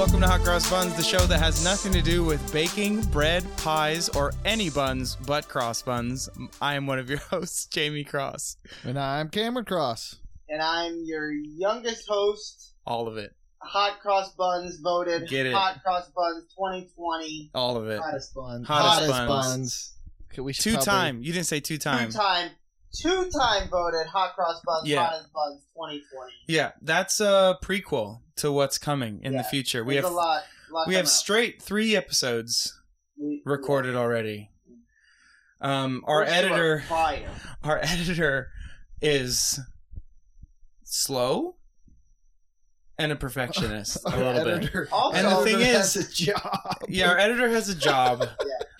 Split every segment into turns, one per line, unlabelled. Welcome to Hot Cross Buns, the show that has nothing to do with baking, bread, pies, or any buns but cross buns. I am one of your hosts, Jamie Cross.
And I'm Cameron Cross.
and I'm your youngest host.
All of it.
Hot Cross Buns voted
Get it.
Hot Cross Buns 2020
All of it.
hottest buns.
Hottest buns.
Okay, we should
Two
probably-
time. You didn't say two time.
Two time, two time voted Hot Cross Buns
Yeah.
hottest buns 2020.
Yeah, that's a prequel to what's coming in the
Yeah.
future. We
There's
have
a lot. lot
we
coming
have
up.
straight three episodes
We-
recorded already. Um,
we're
our
sure
editor,
fire.
our editor, is slow and a perfectionist a
Our
little bit.
editor,
Also-
And the thing
editor
is-
has a job.
Yeah, our editor has a job.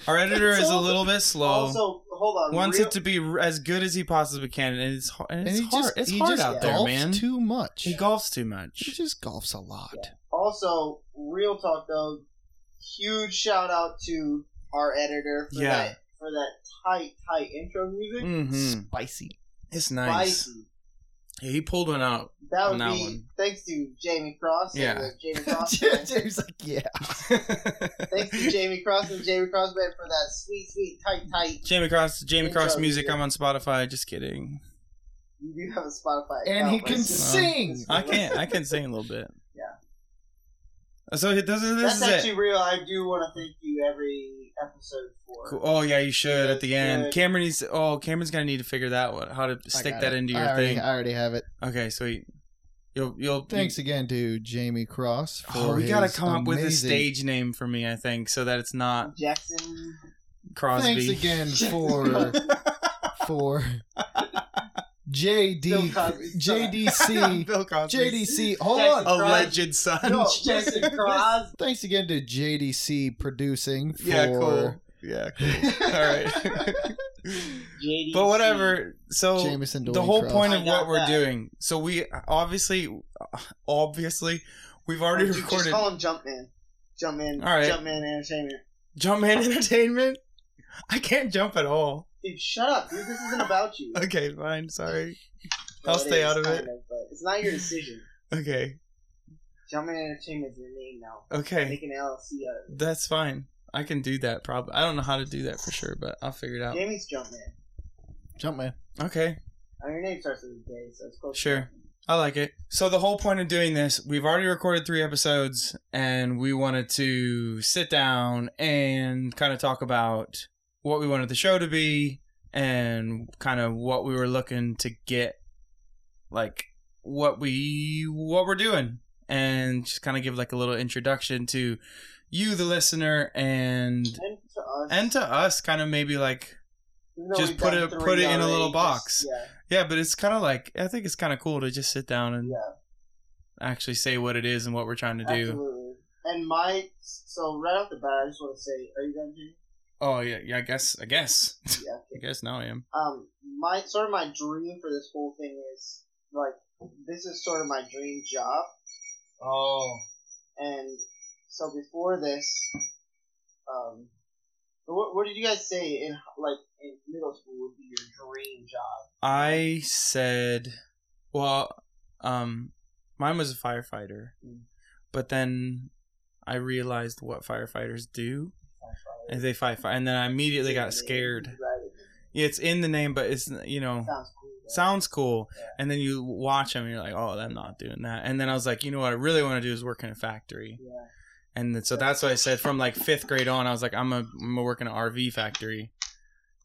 Our editor
It's
is a
all-
little bit slow.
Also, hold on.
wants
real,
it to be r- as good as he possibly can, and it's har- and
and
it's
he
hard.
just
it's
he
hard
just
out there,
golfs
man.
Too much.
he golfs too
he
much.
just golfs a lot.
also real talk though. Huge shout out to our editor for
Yeah.
that for that tight tight intro music.
hmm
Spicy.
It's nice.
Spicy.
Yeah, he pulled one out.
That
on
would
that
be
one.
thanks to Jamie Cross. and
Yeah.
the Jamie Cross. Band.
James like yeah.
thanks to Jamie Cross and Jamie Cross Band for that sweet, sweet, tight, tight.
Jamie Cross, Jamie Cross
Intro,
music.
yeah.
I'm on Spotify. Just kidding.
You do have a Spotify,
And he
account,
can
right?
sing.
I can't. I can sing a little bit.
Yeah.
So this, this
That's
is
actually
it.
real. I do want to thank you every episode for.
Cool. Oh yeah, you should at the end.
Good.
Cameron needs. oh, Cameron's gonna need to figure that one. How to
I
stick
got
that
it.
into
I
your
already-
thing.
I already have it.
okay, sweet. You'll you'll
Thanks again to Jamie Cross. For
Oh, we gotta
his
come up with a
amazing-
stage name for me, I think, so that it's not
Jackson.
Crosby.
Thanks again for for
Bill
JD
Cosby.
JDC
Bill Crosby.
JDC. Hold
Jackson.
on.
alleged son.
No, Jackson Cross.
Thanks again to JDC producing. For,
yeah, cool. Yeah, cool. All right.
JDC.
but whatever. So
Jameson
the
Dolan
whole
Cross.
point
I
of
got
what we're
that.
doing. So we obviously, obviously, we've
Or you
already
Just
recorded
call him Jumpman. Jumpman.
All right.
Jumpman Entertainment.
Jumpman Entertainment. I can't jump at all.
Dude, shut up, dude. This isn't about you.
Okay, fine. Sorry.
Well,
I'll stay
is,
out of
kind
it.
but it's not your decision.
Okay.
Jumpman Entertainment's your name now.
Okay.
Make an LLC out of it.
That's fine. I can do that. Probably. I don't know how to do that for sure, but I'll figure it out.
Jamie's Jumpman.
Jumpman.
Okay.
I mean, your name starts with a J, so it's close.
Sure. I like it. So the whole point of doing this, we've already recorded three episodes, and we wanted to sit down and kind of talk about what we wanted the show to be, and kind of what we were looking to get, like what we what we're doing, and just kind of give like a little introduction to you, the listener, and
And to us,
and to us, kind of maybe like
even though
just
we've
put
done
it-
three
put it in a
already,
little
just-
box.
yeah,
yeah, but it's kind of like I think it's kind of cool to just sit down and.
yeah,
actually say what it is and what we're trying to do.
absolutely. And my so right off the bat, I just want to say, are you done, Jamie?
Oh yeah, yeah. I guess, I guess,
Yeah.
I guess now I am.
Um, my sort of my dream for this whole thing is like this is sort of my dream job.
Oh,
And so before this, um, what, what did you guys say in like in middle school would be your dream job?
I said, well, um, mine was a firefighter,
Mm.
but then I realized what firefighters do. And they fight, fire, and then I immediately got scared.
Right,
Yeah, It's in the name, but it's you know
sounds cool. though.
sounds cool. And then you watch them, and you're like, oh, I'm not doing that. And then I was like, you know what I really want to do is work in a factory.
Yeah.
And then, so that's what I said from like fifth grade on. I was like, I'm a, I'm a work in an RV factory,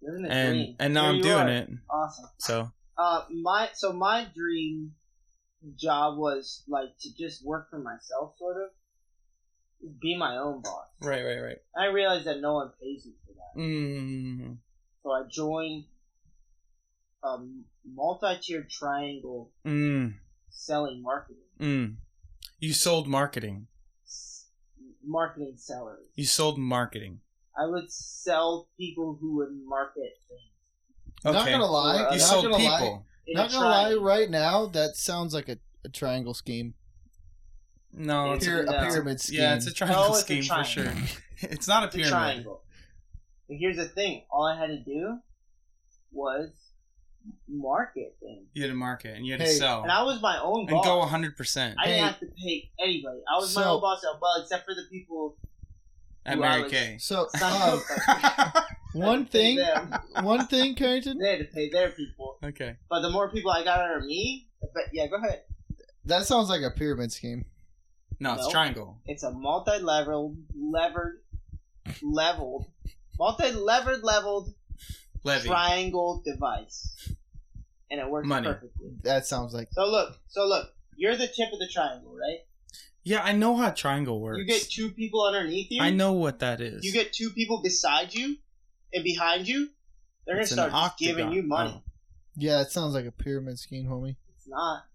Living the
and
dream.
and now
Here
I'm
you
doing
are.
it.
Awesome.
So
Uh, my so my dream job was like to just work for myself, sort of be my own boss.
right, right, right.
I realized that no one pays me for that,
Mm,
so I joined a multi-tiered triangle
mm,
selling marketing,
mm. You sold marketing.
S- marketing sellers.
You sold marketing.
I would sell people who would market things.
Not
Okay.
gonna lie.
You
not
you sold
gonna
people.
lie-
in
not
a
gonna lie,
triangle.
right now that sounds like a, a triangle scheme.
No,
A
it's,
pyra-
no.
a pyramid scheme.
yeah, it's a triangle
it's a
scheme for sure.
triangle.
It's not a
It's a
pyramid.
triangle. But here's the thing: all I had to do was market things,
You had to market and you had to
Hey.
sell
and I was my own
and
boss.
go 100. percent
I
Hey,
didn't have to didn't pay anybody. I was my
So-
own boss at well, except for the people.
at
Two
Mary
hours.
Kay.
So
Um,
um, one thing,
Them.
one thing, Carrington.
They had to pay their people.
okay.
But the more people I got under me, but yeah, go ahead.
That sounds like a pyramid scheme.
No, it's
No.
triangle.
It's a multi-leveled, levered, leveled, multi-levered, leveled
Levy.
triangle device, and it works
Money.
perfectly.
That sounds like
So look, so look, you're the tip of the triangle, right?
yeah, I know how triangle works.
You get two people underneath you.
I know what that is.
You get two people beside you and behind you. They're
It's an
gonna start just giving
octagon.
you money.
Oh.
yeah, that sounds like a pyramid scheme, homie.
It's not.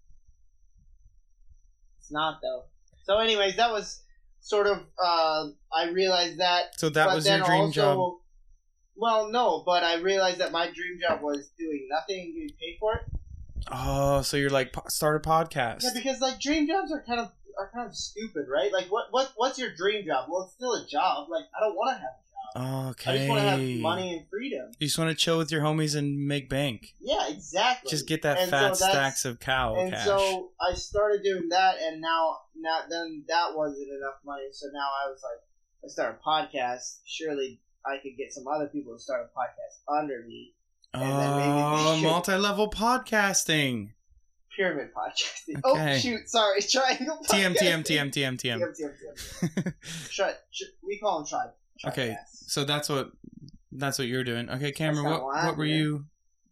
It's not though. So, anyways, that was sort of. Uh, I realized that.
So that
but
was
then
your dream
also,
job.
Well, no, but I realized that my dream job was doing nothing and getting paid for it.
Oh, so you're like po- start a podcast.
Yeah, because like dream jobs are kind of are kind of stupid, right? Like, what what what's your dream job? Well, it's still a job. Like, I don't want to have.
okay.
I just want to have money and freedom.
You just want to chill with your homies and make bank.
Yeah, exactly.
Just get that
And so
fat
that's-
stacks of cow
and
cash.
so I started doing that, and now, now then that wasn't enough money. So now I was like, I start a podcast. Surely I could get some other people to start a podcast under me. and then maybe we
oh,
should-
multi-level podcasting.
Pyramid podcasting.
Okay.
Oh shoot, sorry, triangle.
TM TM TM
podcasting.
TM TM.
TM TM TM. Tri- tri- we call them tribe.
Okay,
tricasts.
So that's what that's what you're doing. Okay, Cameron,
not
what
what I'm
what were
doing.
you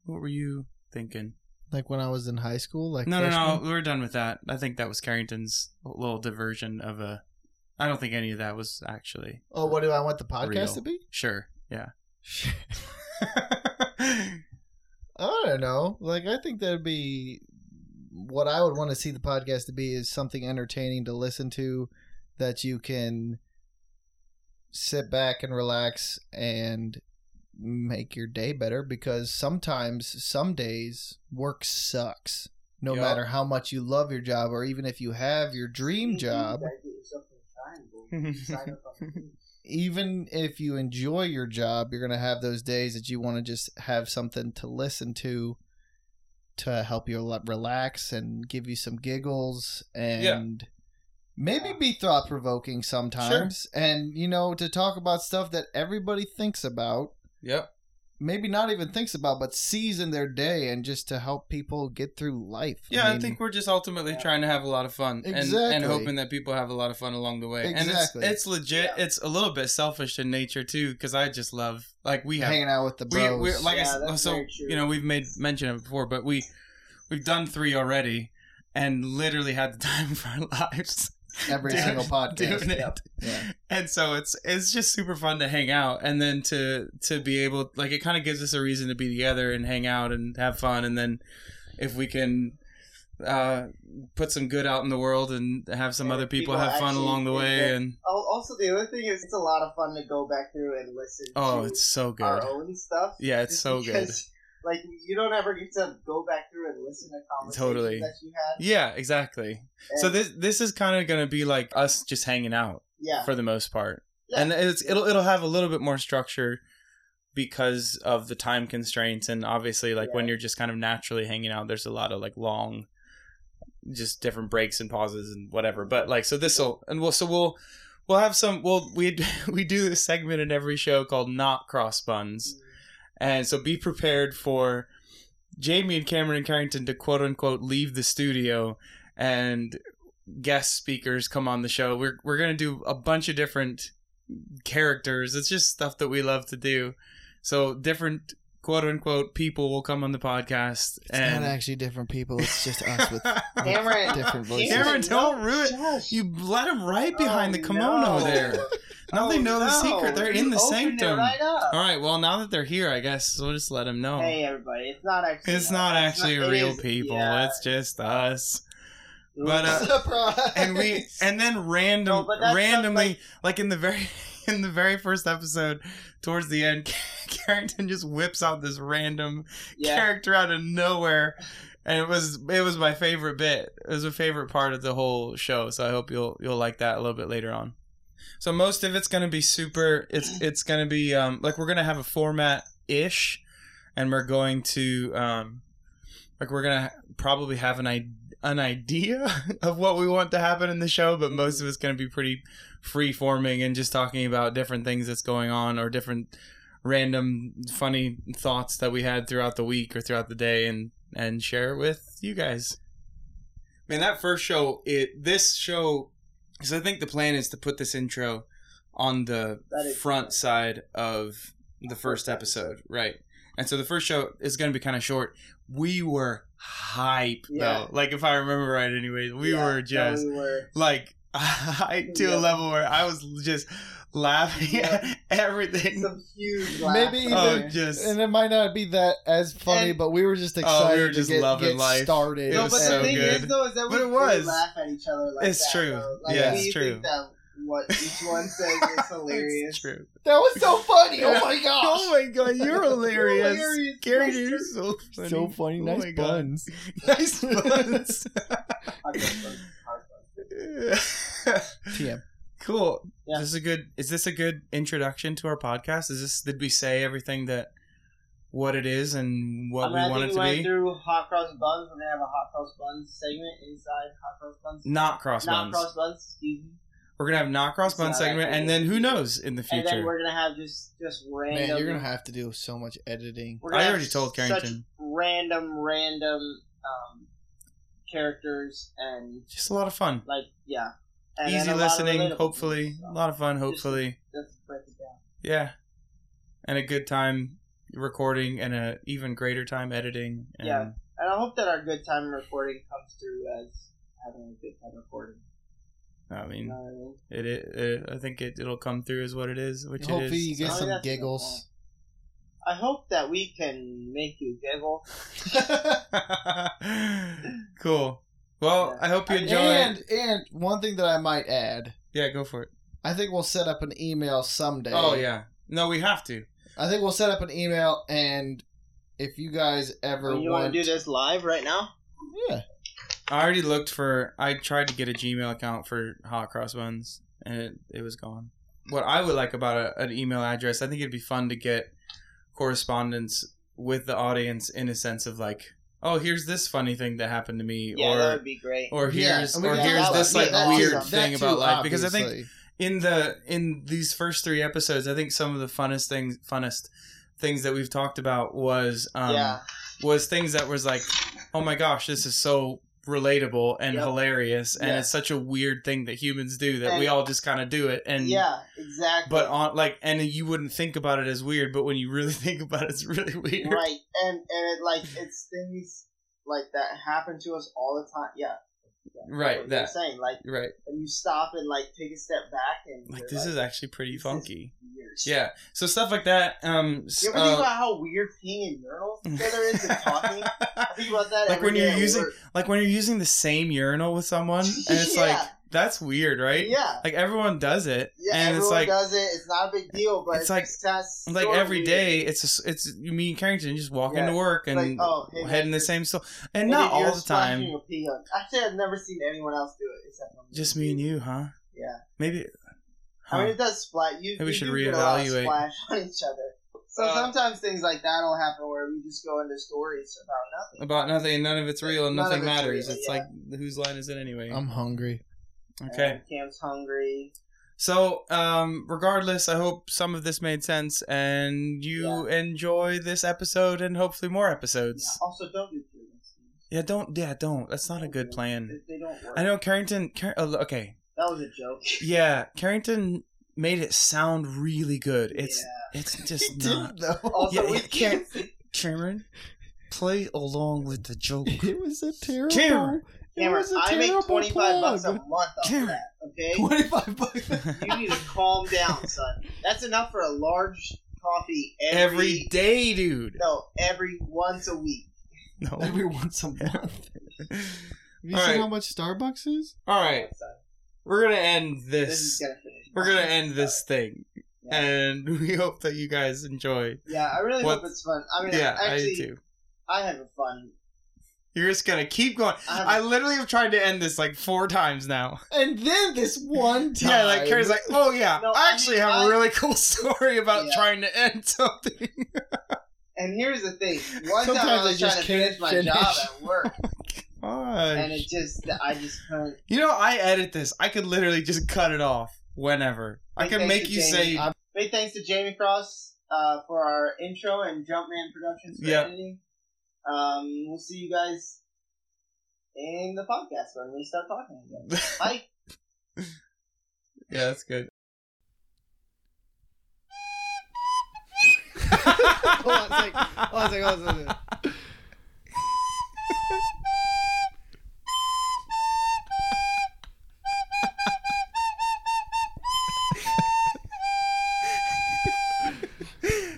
what were you thinking?
Like when I was in high school. Like
No, no, no.
freshman.
We're done with that. I think that was Carrington's little diversion of a. I don't think any of that was actually
Oh, what do I want the podcast
Real.
to be?
sure. Yeah.
I don't know. Like I think that'd be what I would want to see the podcast to be is something entertaining to listen to that you can sit back and relax and make your day better because sometimes some days work sucks no
Yup.
matter how much you love your job or even if you have your dream
Mm-hmm.
job
You guys get yourself a triangle. Sign up on the-
even if you enjoy your job, you're going to have those days that you want to just have something to listen to to help you le- relax and give you some giggles and maybe be thought provoking sometimes. And, you know, to talk about stuff that everybody thinks about,
yep.
maybe not even thinks about, but sees in their day and just to help people get through life.
Yeah, I,
mean,
think we're just ultimately trying to have a lot of fun and, and
Exactly.
hoping that people have a lot of fun along the way.
Exactly.
And it's it's legit.
Yeah.
It's a little bit selfish in nature too, because I just love like we have
hanging out with the
we,
bros.
we like I
Yeah,
s-
that's
so
very true.
you know we've made mention of it before, but we we've done three already, and literally had the time of our lives
Every
doing-
single podcast.
doing it.
Yep.
Yeah.
And so it's it's just super fun to hang out, and then to to be able like it kind of gives us a reason to be together and hang out and have fun, and then if we can uh put some good out in the world and have some
And
other people,
people
have fun
actually
along the
think
way
that-
and
Oh, also the other thing is it's a lot of fun to go back through and listen
oh
to
it's so good
our own stuff.
yeah it's
Just
so good
because, Like you don't ever get to go back through and listen to conversations
Totally.
that you had.
yeah exactly so
And-
this this is kind of gonna be like us just hanging out
yeah,
for the most part.
Yeah.
And it's it'll it'll have a little bit more structure because of the time constraints and obviously like when
Yeah.
you're just kind of naturally hanging out there's a lot of like long just different breaks and pauses and whatever. But like so this will and we'll so we'll we'll have some we'll we we do this segment in every show called not cross buns.
Mm.
And so be prepared for Jamie and Cameron and Carrington to quote unquote leave the studio and guest speakers come on the show. We're we're gonna do a bunch of different characters. It's just stuff that we love to do. So different quote unquote people will come on the podcast
It's
and
not actually different people. It's just us with
Cameron,
different voices.
Cameron, don't ruin-
Josh.
you let them right behind the
Oh,
kimono
no.
there. Now they
Oh,
know the
no.
secret. They're in
You
the
opened it
sanctum.
right up.
All right. Well, now that they're here, I guess we'll just let them know.
Hey everybody, it's not actually.
It's not actually
not- it
real
is-
people.
yeah.
It's just us. But, uh,
Surprise!
And we and then
No,
random
but that's
randomly
not
like, in the very in the very first episode towards the end Carrington just whips out this random
yeah.
character out of nowhere and it was it was my favorite bit. It was a favorite part of the whole show, so I hope you'll you'll like that a little bit later on. So most of it's going to be super it's it's going to be um like we're going to have a format ish and we're going to um like we're going to probably have an i- an idea of what we want to happen in the show, but most of it's going to be pretty free forming and just talking about different things that's going on or different random funny thoughts that we had throughout the week or throughout the day and and share it with you guys. Man, that first show, it this show, because I think the plan is to put this intro on the
That is-
front side of the first episode, right? And so the first show is going to be kind of short. We were hype though,
Yeah.
like if I remember right, anyways, we
Yeah,
were
no,
just
we were.
like hype to
Yeah.
a level where I was just laughing
Yeah.
at everything.
Some huge laugh.
Maybe
oh,
even-
just
and it might not be that as funny,
And-
but we were just
Oh, we
excited
were just
to get,
loving
get
life.
started.
It
no,
was
but
so
the thing
good.
is, though, is that we
But it
really
was.
laugh at each other like
It's
that,
true.
though. Like,
Yeah,
we
it's
Think
true.
that what each one says is hilarious.
It's true.
That was so funny. Oh
Yeah.
my
Oh
gosh.
my god, you're hilarious.
Hilarious.
Gary, you're so funny.
So funny.
Oh
Nice
my God.
buns.
Nice buns.
Hard question, hard question.
TM.
cool.
Yeah.
This is a good. Is this a good introduction to our podcast? Is this? Did we say everything that what it is and what
I mean, I
we want it
think
to
we went
be?
through hot cross buns. We're gonna have a hot cross buns segment inside hot cross buns.
Not cross
Not
buns.
cross buns. Excuse me.
We're gonna have not cross
It's
bun
not
segment,
that
and then who knows in the
And then
future.
we're gonna have just just random.
Man, you're gonna have to do so much editing.
we're
I
gonna have
already told
such
Carrington.
Random, random um, characters and
Just a lot of fun.
like yeah. And then
Easy
a lot of
listening,
relatable
hopefully.
things, so
A lot of fun, hopefully.
Let's break it down.
Yeah. And a good time recording and a even greater time editing. And
Yeah. And I hope that our good time recording comes through as having a good time recording.
I
You
mean,
know what I
it,
mean?
it, I think it, it'll come through as what it is, which it is.
Hopefully, you get
Oh,
some
that's a good
giggles.
I hope that we can make you giggle.
cool. Well,
Yeah.
I hope you
And-
enjoy.
And and one thing that I might add,
yeah, go for it.
I think we'll set up an email someday.
Oh yeah. No, we have to.
I think we'll set up an email, and if you guys ever
you
want
want to do this live right now?
yeah,
I already looked for. I tried to get a Gmail account for Hot Cross Buns, and it, it was gone. What I would like about a, an email address, I think it'd be fun to get correspondence with the audience in a sense of like, oh, here's this funny thing that happened to me,
Yeah, that
or
would be great.
or
Yeah,
here's
and we
or
can
here's
talk
this
about-
like
yeah, that
weird
too-
thing
that
about
too,
life because I think
obviously.
in the in these first three episodes, I think some of the funnest things funnest things that we've talked about was um
yeah,
was things that was like, oh my gosh, this is so relatable and
Yep.
hilarious, and
Yeah.
it's such a weird thing that humans do that we
And-
all just kind of do it, and
yeah, exactly.
but on like, and you wouldn't think about it as weird, but when you really think about it, it's really weird.
right, and and it like it's things like that happen to us all the time. Yeah,
Right,
What you're
that
saying like,
right,
and you stop and like take a step back and
like
you're
this is actually pretty
this is
funky.
weird.
Yeah, so stuff like that. Um, s-
You ever think
uh,
about how weird peeing and urinals together is and talking? I think about that.
Like
every
when
day
you're
at
using-
work.
like when you're using the same urinal with someone, and it's
Yeah.
like that's weird, right?
Yeah,
Like everyone does it,
yeah.
and
everyone
it's like
does it. It's not a big deal, but
it's
it's,
like-
just
like
so
every
weird.
day it's just, it's me and Carrington just walking
Yeah.
to work and
Like, oh, hey, man,
heading the same store, and
And
not
if you're
all the
splashing
time.
your pee on- Actually, I've never seen anyone else do it except for
Just me and you, huh?
Yeah.
Maybe.
I mean,
huh.
it does splat. You,
Maybe we
you
should
do put a lot of
reevaluate.
splash on each other. So
Uh,
sometimes things like that will happen where we just go into stories about nothing.
about nothing, none of it's real, and
None of
nothing
it's
matters.
real,
it's
yeah. Um,
like whose line is it anyway?
I'm hungry.
okay.
And Cam's hungry.
So, um, regardless, I hope some of this made sense, and you enjoy this episode, and hopefully more episodes.
Yeah. Also, don't do pyramids.
Yeah, don't. Yeah, don't. That's not a good plan.
They, they don't work.
I know Carrington. Car- oh, okay.
That was a joke.
Yeah, Carrington made it sound really good. It's
yeah.
it's just not.
Didn't though.
Also,
yeah,
we
you can't-
Cameron,
Cameron, play along with the joke.
It was a terrible.
Cameron.
It was a
I make
terrible
twenty five
plug.
bucks a month off
Cameron.
that. Okay,
Twenty-five bucks.
you need to calm down, son. That's enough for a large coffee
Every day, dude.
No, every once a week.
No.
Every once a month. Have you
All
seen
right.
how much Starbucks is?
All right,
So
we're gonna end
This, is
this.
gonna finish.
We're gonna end this thing,
Yeah.
and we hope that you guys enjoy.
Yeah, I really
What-
hope it's fun. I mean,
Yeah, I do
actually,
too.
I have a fun.
You're just gonna keep going.
I have-
I literally have tried to end this like four times now.
And then this one time.
Yeah, like Carrie's like, oh yeah,
No,
I actually
I mean,
have
I-
a really cool story about
Yeah.
trying to end something.
And here's the thing: one time
Sometimes I
I was
just
trying to
can't
finish my
finish.
job at work,
and
gosh.
it just I just couldn't.
You know, I edit this. I could literally just cut it off whenever. I
Big
can
thanks
make
to
you
Jamie.
say
Uh, big thanks to Jamie Cross uh, for our intro and Jumpman Productions for
Yeah.
editing. Um, we'll see you guys in the podcast when we start talking again. Bye.
Yeah, that's good.
Hold on a sec. Hold on a sec. Hold on a sec.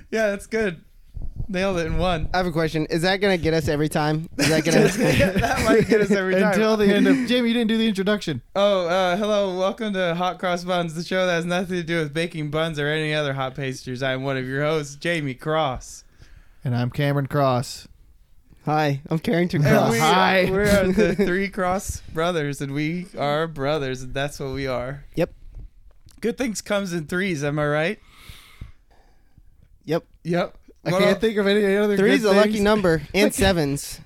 Yeah, that's good. Nailed it in one.
I have a question. Is that gonna get us every time? Is that
Yeah,
gonna?
that might get us every time.
Until the end of Jamie, you didn't do the introduction.
oh, uh, hello, welcome to Hot Cross Buns, the show that has nothing to do with baking buns or any other hot pastries. I'm one of your hosts, Jamie Cross.
And I'm Cameron Cross.
Hi, I'm Oh, Carrington
And
Cross.
we,
Hi.
we are the three Cross brothers, and we are brothers, and that's what we are.
Yep.
Good things comes in threes, am I right?
Yep.
Yep.
I
Well,
can't think of any other.
Three's
good
a lucky
things.
number, and sevens.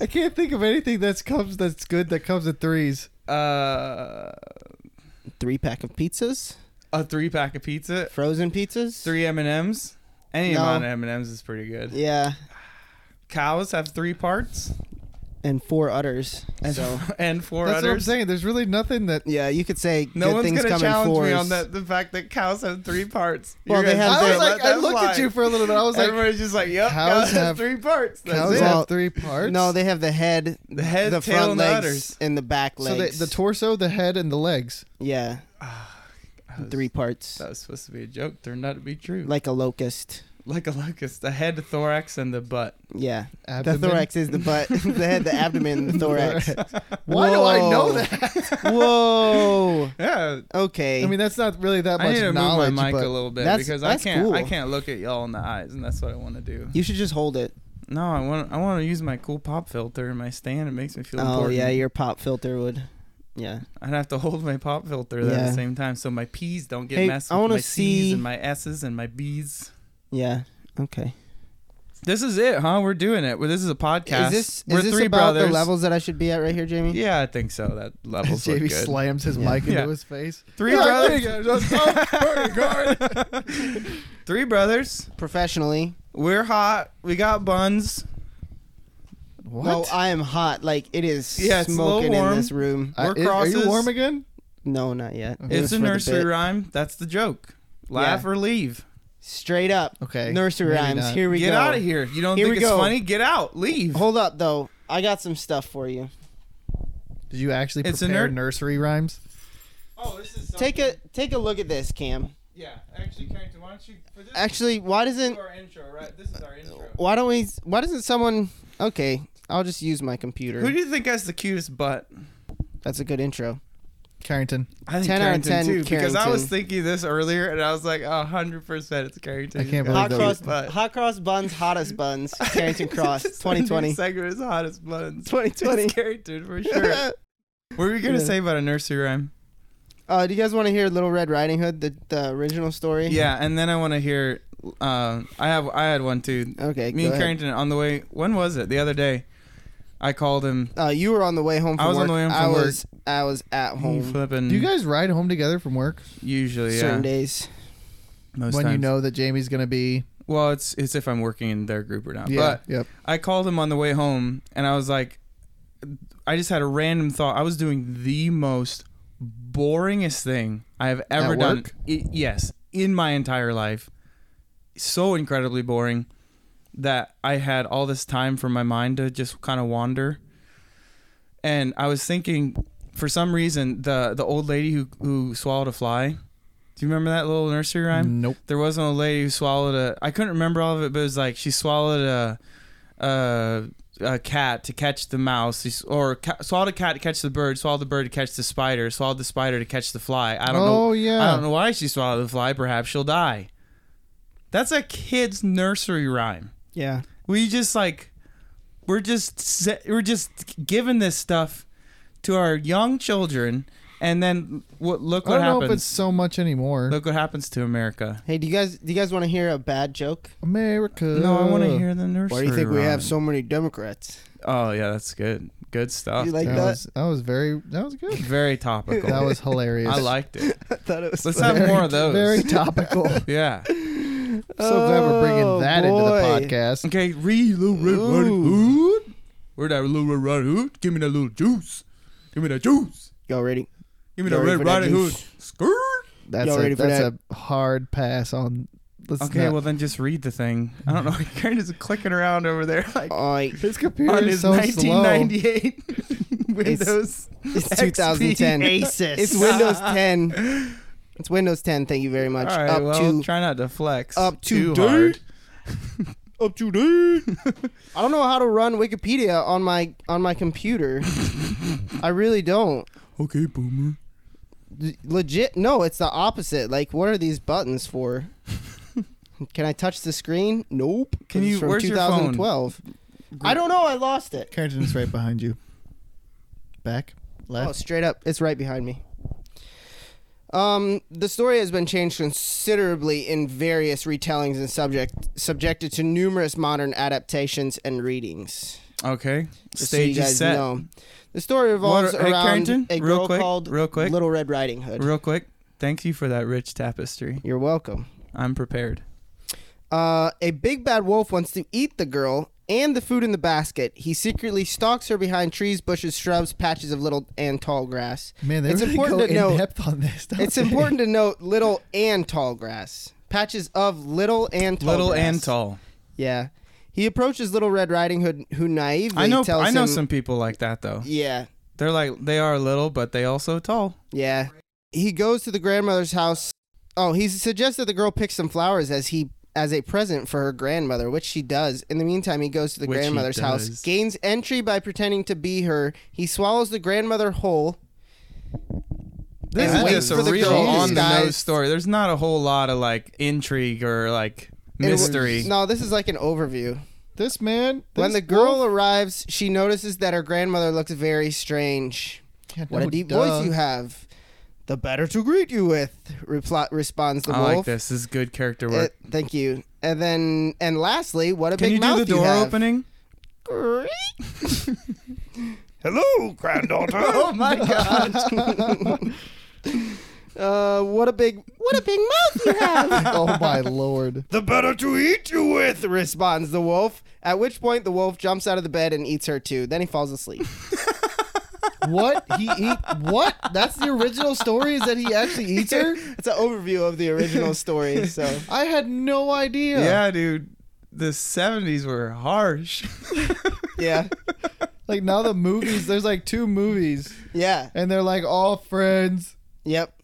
I can't think of anything that's comes that's good that comes in threes.
Uh,
Three pack of pizzas,
a three pack of pizza,
frozen pizzas.
three M and M's. Any
No.
amount of M and M's is pretty good.
Yeah,
Cows have three parts,
and four udders.
and
so
and four
That's what I'm
udders.
saying. There's really nothing that.
yeah, you could say
No
good
one's
things
gonna
come
challenge
in fours.
me on that the fact that cows have three parts.
Well, they
gonna
have
just
I was
their-
let
like, I
that
looked at
slide.
you for a little bit. I was like,
everybody's just like, "Yep,
cows
cows have
have-
three parts." That's
cows
it.
Well,
have three parts.
No, they have the head,
The head,
the
tail,
front
and the
legs,
udders.
and the back
so
legs.
the, the torso, the head, and the legs.
yeah,
That was-
three parts,
That was supposed to be a joke. Turned out to be true. Like,
like a locust.
a locust, the head, the thorax, and the butt.
Yeah,
Abdomen.
the thorax is the butt, the head, the abdomen, the thorax.
Why do I know
Whoa.
that?
Whoa.
Yeah,
Okay.
I mean, that's not really that
I
much
need to move my
knowledge.
mic
but
a little bit
that's-
because
that's
I can't. I
cool.
can't look at y'all in the eyes, and that's what I want to do.
you should just hold it.
No, I want. I want to use my cool pop filter in my stand. It makes me feel
Oh
important.
yeah, your pop filter would. Yeah.
I'd have to hold my pop filter at
Yeah.
the same time so my P's don't get
Hey,
messed
I
with
wanna
my C's
see-
and my S's and my B's.
Yeah. Okay.
This is it, huh? We're doing it. Well, this is a podcast.
Is this
We're
is this
three
about
brothers.
the levels that I should be at right here, Jamie?
Yeah, I think so. That levels look
Jamie
good.
slams his
Yeah.
mic into
Yeah.
his face.
three
Yeah, I
brothers.
think I just- oh,
three brothers.
Professionally.
We're hot. We got buns.
What?
Well, I am hot. Like it is
Yeah, it's a little
smoking in
warm.
this room.
Uh, I-
we're
is- are
crosses.
you warm again?
No, not yet.
Okay.
It
Mm-hmm. It's
was
a
for the
nursery
bit.
rhyme. That's the joke. Laugh or leave.
Straight up.
Okay.
Nursery
maybe
rhymes.
not.
Here we
Get
go.
out of here. You don't
Here
think
we
it's
go.
funny? Get out. Leave.
Hold up though. I got some stuff for you.
Did you actually
It's a
prepare
nerd-
nursery rhymes?
Oh, this is
Take a take a look at this, Cam.
Yeah, actually, Carrington, why don't you for this
Actually, why doesn't
our intro, right? This is our intro.
why don't we why doesn't someone Okay, I'll just use my
Who
computer.
do you think has the cutest butt?
That's a good intro.
Carrington.
I think
10 out of
Carrington
10
too, because I was
Carrington.
thinking this earlier, and I was like, a hundred percent, it's Carrington.
I can't
He's
Hot
got
believe
the
cross,
cutest butt.
hot cross buns, hottest buns. Carrington Cross,
This is
2020.
the Segment is hottest buns.
2020.
It's Carrington for sure. what were you gonna
Yeah.
say about a nursery rhyme?
Uh, do you guys want to hear Little Red Riding Hood, the, the original story?
Yeah, and then I want to hear. Um, I have I had one too.
Okay.
Me
Oh,
and
go ahead.
Carrington on the way. When was it? The other day, I called him.
Uh, you were on the way home. From
I was on
work.
the way home
I
from work. Mm,
was. I was at
He
home.
flipping.
Do you guys ride home together from work
usually yeah.
Certain days.
Most
when you
times.
know that Jamie's gonna be?
Well, it's it's if I'm working in their group or not.
Yeah.
But
yep.
I called him on the way home and I was like, I just had a random thought. I was doing the most boringest thing I have ever
At
done.
work?
I- yes, in my entire life. So incredibly boring that I had all this time for my mind to just kind of wander. And I was thinking, for some reason, the the old lady who who swallowed a fly. Do you remember that little nursery rhyme?
Nope.
there was an old lady who swallowed a I couldn't remember all of it, but it was like she swallowed a a, a cat to catch the mouse, She s- or ca- swallowed a cat to catch the bird, swallowed the bird to catch the spider, swallowed the spider to catch the fly. I don't
oh
know.
yeah.
I don't know why she swallowed the fly. Perhaps she'll die. That's a kid's nursery rhyme.
Yeah.
We just like we're just se- we're just giving this stuff to our young children, and then what? Look
I
what
don't know if it's
happens.
so much anymore.
Look what happens to America.
Hey, do you guys do you guys want to hear a bad joke?
America.
No, I want to hear the nursery.
Why do you think we
rhyme.
have so many Democrats?
Oh yeah, that's good. Good stuff.
You like
that,
that?
was that was very that was good.
Very topical.
That was hilarious.
I liked it.
I thought it was.
Let's
funny.
have more of those.
Very topical. I'm
yeah.
so glad we're
Oh,
bringing that into the podcast.
Okay, read Little Red Riding
Ooh.
Hood. Where that Little Red Riding Hood? Give me that little juice. Give me that juice.
Y'all ready?
Give me
You
that
ready
Red
for that
Riding Hood.
juice?
Skirt.
That's
Y'all
a,
ready for
that's a hard pass on. Let's
Okay,
not-
well then just read the thing. I don't know. Karen is clicking around over there like
All right.
his computer
on his
is so slow.
1998 Windows.
It's
XP.
2010.
Asus.
It's Windows 10. It's Windows 10. Thank you very
All
much.
right,
up
well,
to
try not to flex
up to
too hard.
up to date. I don't know how to run Wikipedia on my on my computer. I really don't.
Okay, boomer.
L- Legit, no, it's the opposite. Like, what are these buttons for? Can I touch the screen? Nope. 'cause
Can
it's
you-
From
where's your phone?
2012. I don't know. I lost it.
Carrington's right behind you. Back,
Oh,
left.
straight up. It's right behind me. Um, the story has been changed considerably in various retellings and subject subjected to numerous modern adaptations and readings.
Okay.
Just
Stage
so you
is
guys
set.
know. The story revolves
What are- hey,
around
Carrington,
a
real
girl
quick,
called
real quick.
Little Red Riding Hood.
Real quick, thank you for that rich tapestry.
You're welcome.
I'm prepared.
Uh, a big bad wolf wants to eat the girl and the food in the basket. He secretly stalks her behind trees, bushes, shrubs, patches of little and tall grass.
Man, they
it's
really
important
go
to note-
in depth on this. don't
It's
they?
important to note little and tall grass. Patches of little and tall
Little
grass.
and tall.
Yeah. He approaches Little Red Riding Hood, who naively
I know.
tells
I know
him,
some people like that though.
Yeah,
They're like they are little, but they also tall.
yeah. He goes to the grandmother's house. Oh, he suggests that the girl pick some flowers as he as a present for her grandmother, which she does. In the meantime, he goes to the
Which he
grandmother's house,
does.
gains entry by pretending to be her. He swallows the grandmother whole.
This
And
is
waits
just
for
a
the
real
girl
on the nose
disguised-
story. There's not a whole lot of like intrigue or like
It wa-
mystery.
no, this is like an overview.
This man.
When
this
the girl arrives, she notices that her grandmother looks very strange.
Yeah,
What
no,
a deep
duh.
voice you have. The better to greet you with, repli- responds the
I
wolf.
like this. This is good character
Uh,
work.
thank you. And then, and lastly, what a
Can
big
you do
mouth
the door
have.
opening?
Great.
Hello, granddaughter. oh my god.
Uh, what a big, what a big mouth you have.
Oh my lord.
the better to eat you with, responds the wolf. At which point, the wolf jumps out of the bed and eats her too. Then he falls asleep.
What he eat? What? That's the original story. Is that he actually eats her?
It's an overview of the original story. So.
I had no idea.
Yeah, dude. The '70s were harsh.
Yeah,
Like now the movies. There's like two movies,
yeah,
and they're like all friends.
yep.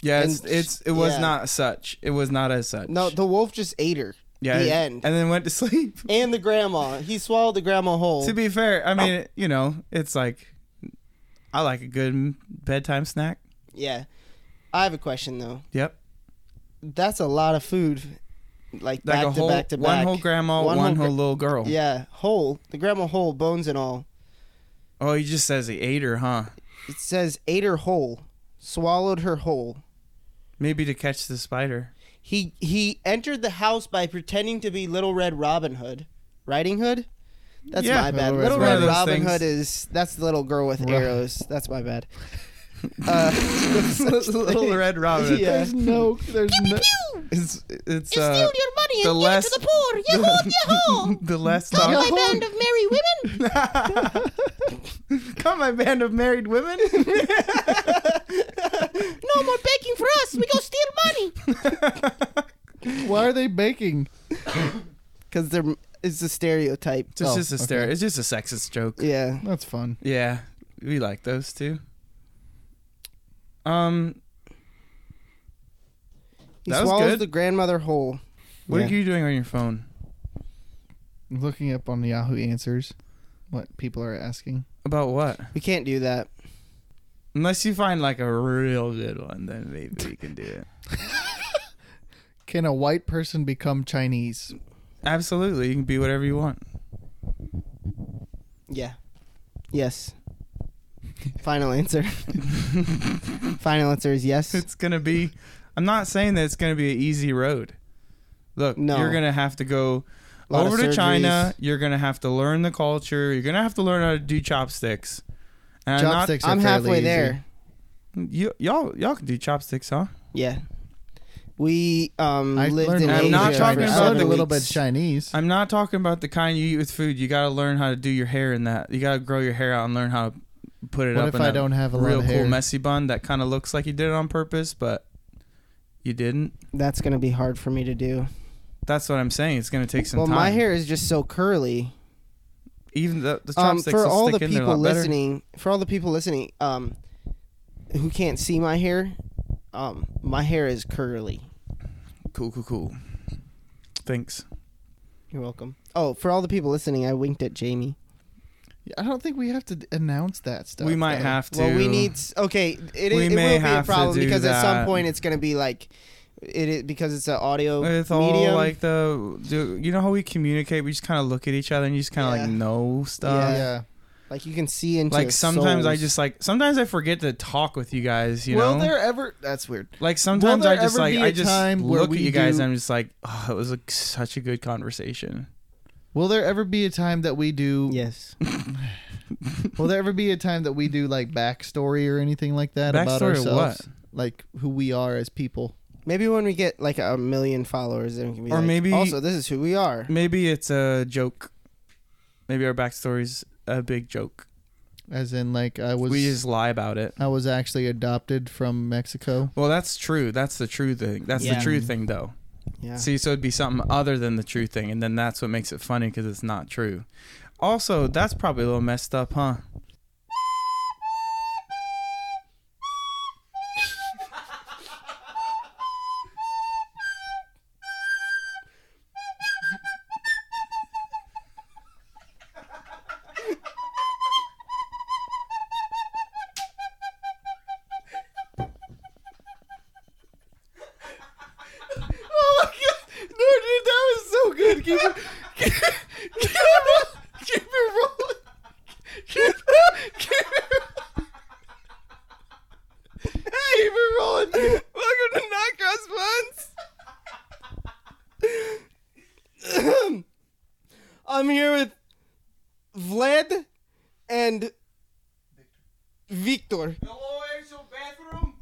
yeah, it's,
And-
it's it was
yeah.
not such. It was not as such.
No, the wolf just ate her.
yeah,
the end.
And then went to sleep.
And the grandma. He swallowed the grandma whole.
To be fair, I mean,
Oh.
it- you know, it's like I like a good bedtime snack.
yeah. I have a question though.
Yep,
That's a lot of food. Like,
like
back
a
to
whole
back to back.
one whole grandma,
One
one,
whole
whole, little girl.
Yeah, whole. The grandma whole, bones and all.
Oh, he just says he ate her, huh?
It says ate her whole, swallowed her whole.
Maybe to catch the spider.
He he entered the house by pretending to be Little Red Robin Hood, Riding Hood. That's
Yeah.
my bad.
Little Red
Little
Robin
Red
Hood.
Robin
Things.
Hood is that's the little girl with
Right.
arrows. That's my bad. Uh,
little Red Robin.
Yeah.
There's no. There's no.
It's it's uh,
your money
the less
poor.
the, the less talk.
band of merry women.
Come, my band of married women.
No more begging for us. We go steal money.
Why are they baking?
Because they're it's a stereotype.
It's
Oh,
just a stare.
okay.
It's just a sexist joke.
Yeah.
That's fun.
Yeah, we like those too. Um,
He
That was
swallows
good.
the grandmother whole.
what
Yeah.
are you doing on your phone?
I'm looking up on Yahoo Answers, what people are asking.
About what?
We can't do that.
Unless you find like a real good one, then maybe we can do it.
Can a white person become Chinese?
Absolutely, you can be whatever you want.
Yeah. Yes. Final answer. Final answer is yes.
It's gonna be. I'm not saying that it's gonna be an easy road. Look,
No.
you're gonna have to go.
A lot of
Over to China,
surgeries.
you're gonna have to learn the culture. You're gonna have to learn how to do chopsticks. And I'm not-
Chopsticks are
I'm
fairly
halfway
easy.
there.
you, y'all, y'all can do chopsticks, huh?
Yeah. We um
I
lived
learned
in
I'm
Asia.
not talking
for
about
I learned
several
a little bit
weeks.
Chinese.
I'm not talking about the kind you eat with food. You gotta learn how to do your hair in that. You gotta grow your hair out and learn how to put it
What
up.
if
in
I
a
don't have a lot
real
of
cool
hair?
messy bun that kind of looks like you did it on purpose, but you didn't?
That's gonna be hard for me to do.
That's what I'm saying. It's gonna take some
well,
time.
my hair is just so curly.
even the, the
Um,
chopsticks
for
will
all
stick
the
in there a
people
lot better.
listening, for all the people listening, um, who can't see my hair, um, my hair is curly.
Cool, cool, cool. Thanks.
You're welcome. Oh, for all the people listening, I winked at Jamie.
I don't think we have to d- announce that stuff.
we might
though.
have to.
Well, we need s- okay. It,
We
it,
may
will be a
have to
problem
do
because at
that.
some point it's gonna be like it, it because it's an audio
With all
medium.
like the, do- you know how we communicate? We just kind of look at each other and you just kind of
Yeah.
like know
Yeah.
stuff.
like you can see into
Like
his
sometimes I
souls.
just like sometimes I forget to talk with you guys. You
Will
know,
there ever? That's weird.
like sometimes I
there
just
ever
like
be
I
a
just
time where
look at
we
you guys
do-
and I'm just like, oh, it was like such a good conversation.
Will there ever be a time that we do?
yes.
Will there ever be a time that we do like backstory or anything like that about
Backstory of
ourselves? Like who we are as people.
Maybe when we get like a million followers, then we can be
Or
like,
maybe-
also this is who we are.
Maybe it's a joke. Maybe our backstory's a big joke.
As in, like I was.
we just lie about it.
I was actually adopted from Mexico.
Well, that's true. That's the true thing. That's
Yeah.
the true thing, though.
Yeah.
See, so it'd be something other than the true thing, and then that's what makes it funny because it's not true. Also, that's probably a little messed up, huh?
Oh my god! No, dude, that was so good. Keep it, keep, keep it, keep it rolling. Keep, keep it, keep it rolling.
Welcome to Knockouts Buns. I'm here with Vlad and Victor. Hello, bathroom.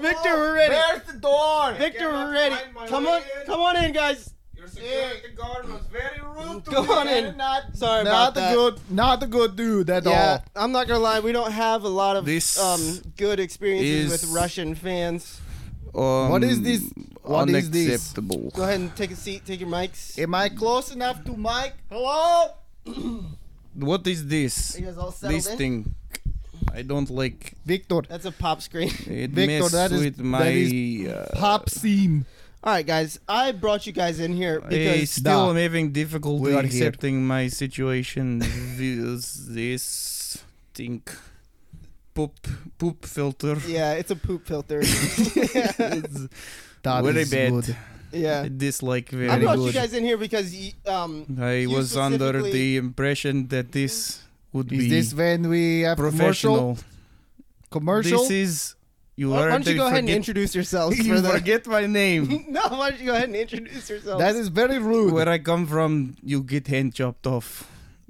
Victor, we're ready. Where's the door? Victor, we're ready. Come on, come on in, guys. Go on in. Sorry
Not
about
the
that.
good, not the good dude at
Yeah,
all.
I'm not gonna lie. We don't have a lot of
This
um, good experiences
is-
with Russian fans.
Um,
What is this? What is this?
unacceptable.
Go ahead and take a seat. Take your mics.
Am I close enough to Mike? Hello?
What is this?
you guys all settled
This
in?
thing. I don't like
Victor,
That's a pop screen.
it.
Victor,
mess
that is-
with
that
my
is
uh,
pop seam.
All right, guys. I brought you guys in here
I
because
still
Nah.
am having difficulty
We are here.
accepting my situation with this thing. Poop, poop filter.
yeah, it's a poop filter.
It's
That
very
is
bad.
good.
yeah.
I dislike very
I brought
good.
you guys in here because y- um
I
you
was under
specifically-
the impression that this would
Is
be
this when we have commercial?
professional.
Commercial?
This is you
why,
are.
don't you
they
go ahead and
forget-
introduce yourselves
you
for the
forget my name.
No, why don't you go ahead and introduce yourselves?
that is very rude.
Where I come from, you get hand chopped off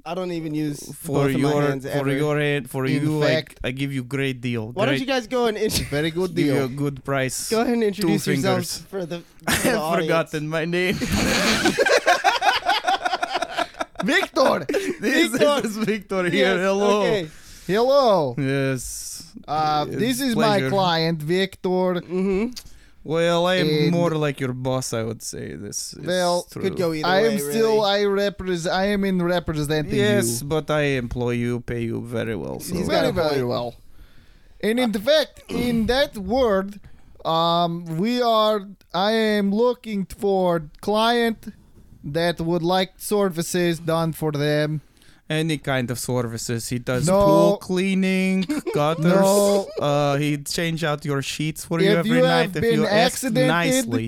I don't even use
for
both of
your
my hands
for
ever.
your hand for
In
you.
fact-
I, I give you great deal.
why don't
Great-
you guys go and int-
very good
give you a
deal.
good price?
go ahead and introduce
fingers.
yourselves for the
I
for the
have
audience.
forgotten my name.
Victor,
this
Victor.
is Victor
Yes,
here. Hello.
Okay.
hello.
Yes.
Uh,
It's
this is my
pleasure.
client, Victor.
Mhm.
Well, I'm
And-
more like your boss, I would say. This is
Well,
true.
Could go either
I
way.
am still.
really.
I represent. I am in representing
Yes,
you.
but I employ you, pay you very well. So
He's got
very
a point.
very well. And in fact, in that word, um, we are. I am looking for client that would like services done for them.
any kind of services he does,
No.
pool cleaning, gutters.
No.
Uh, he change out your sheets for you
If
every
you
night
have
if you
been
ask
accidented
nicely.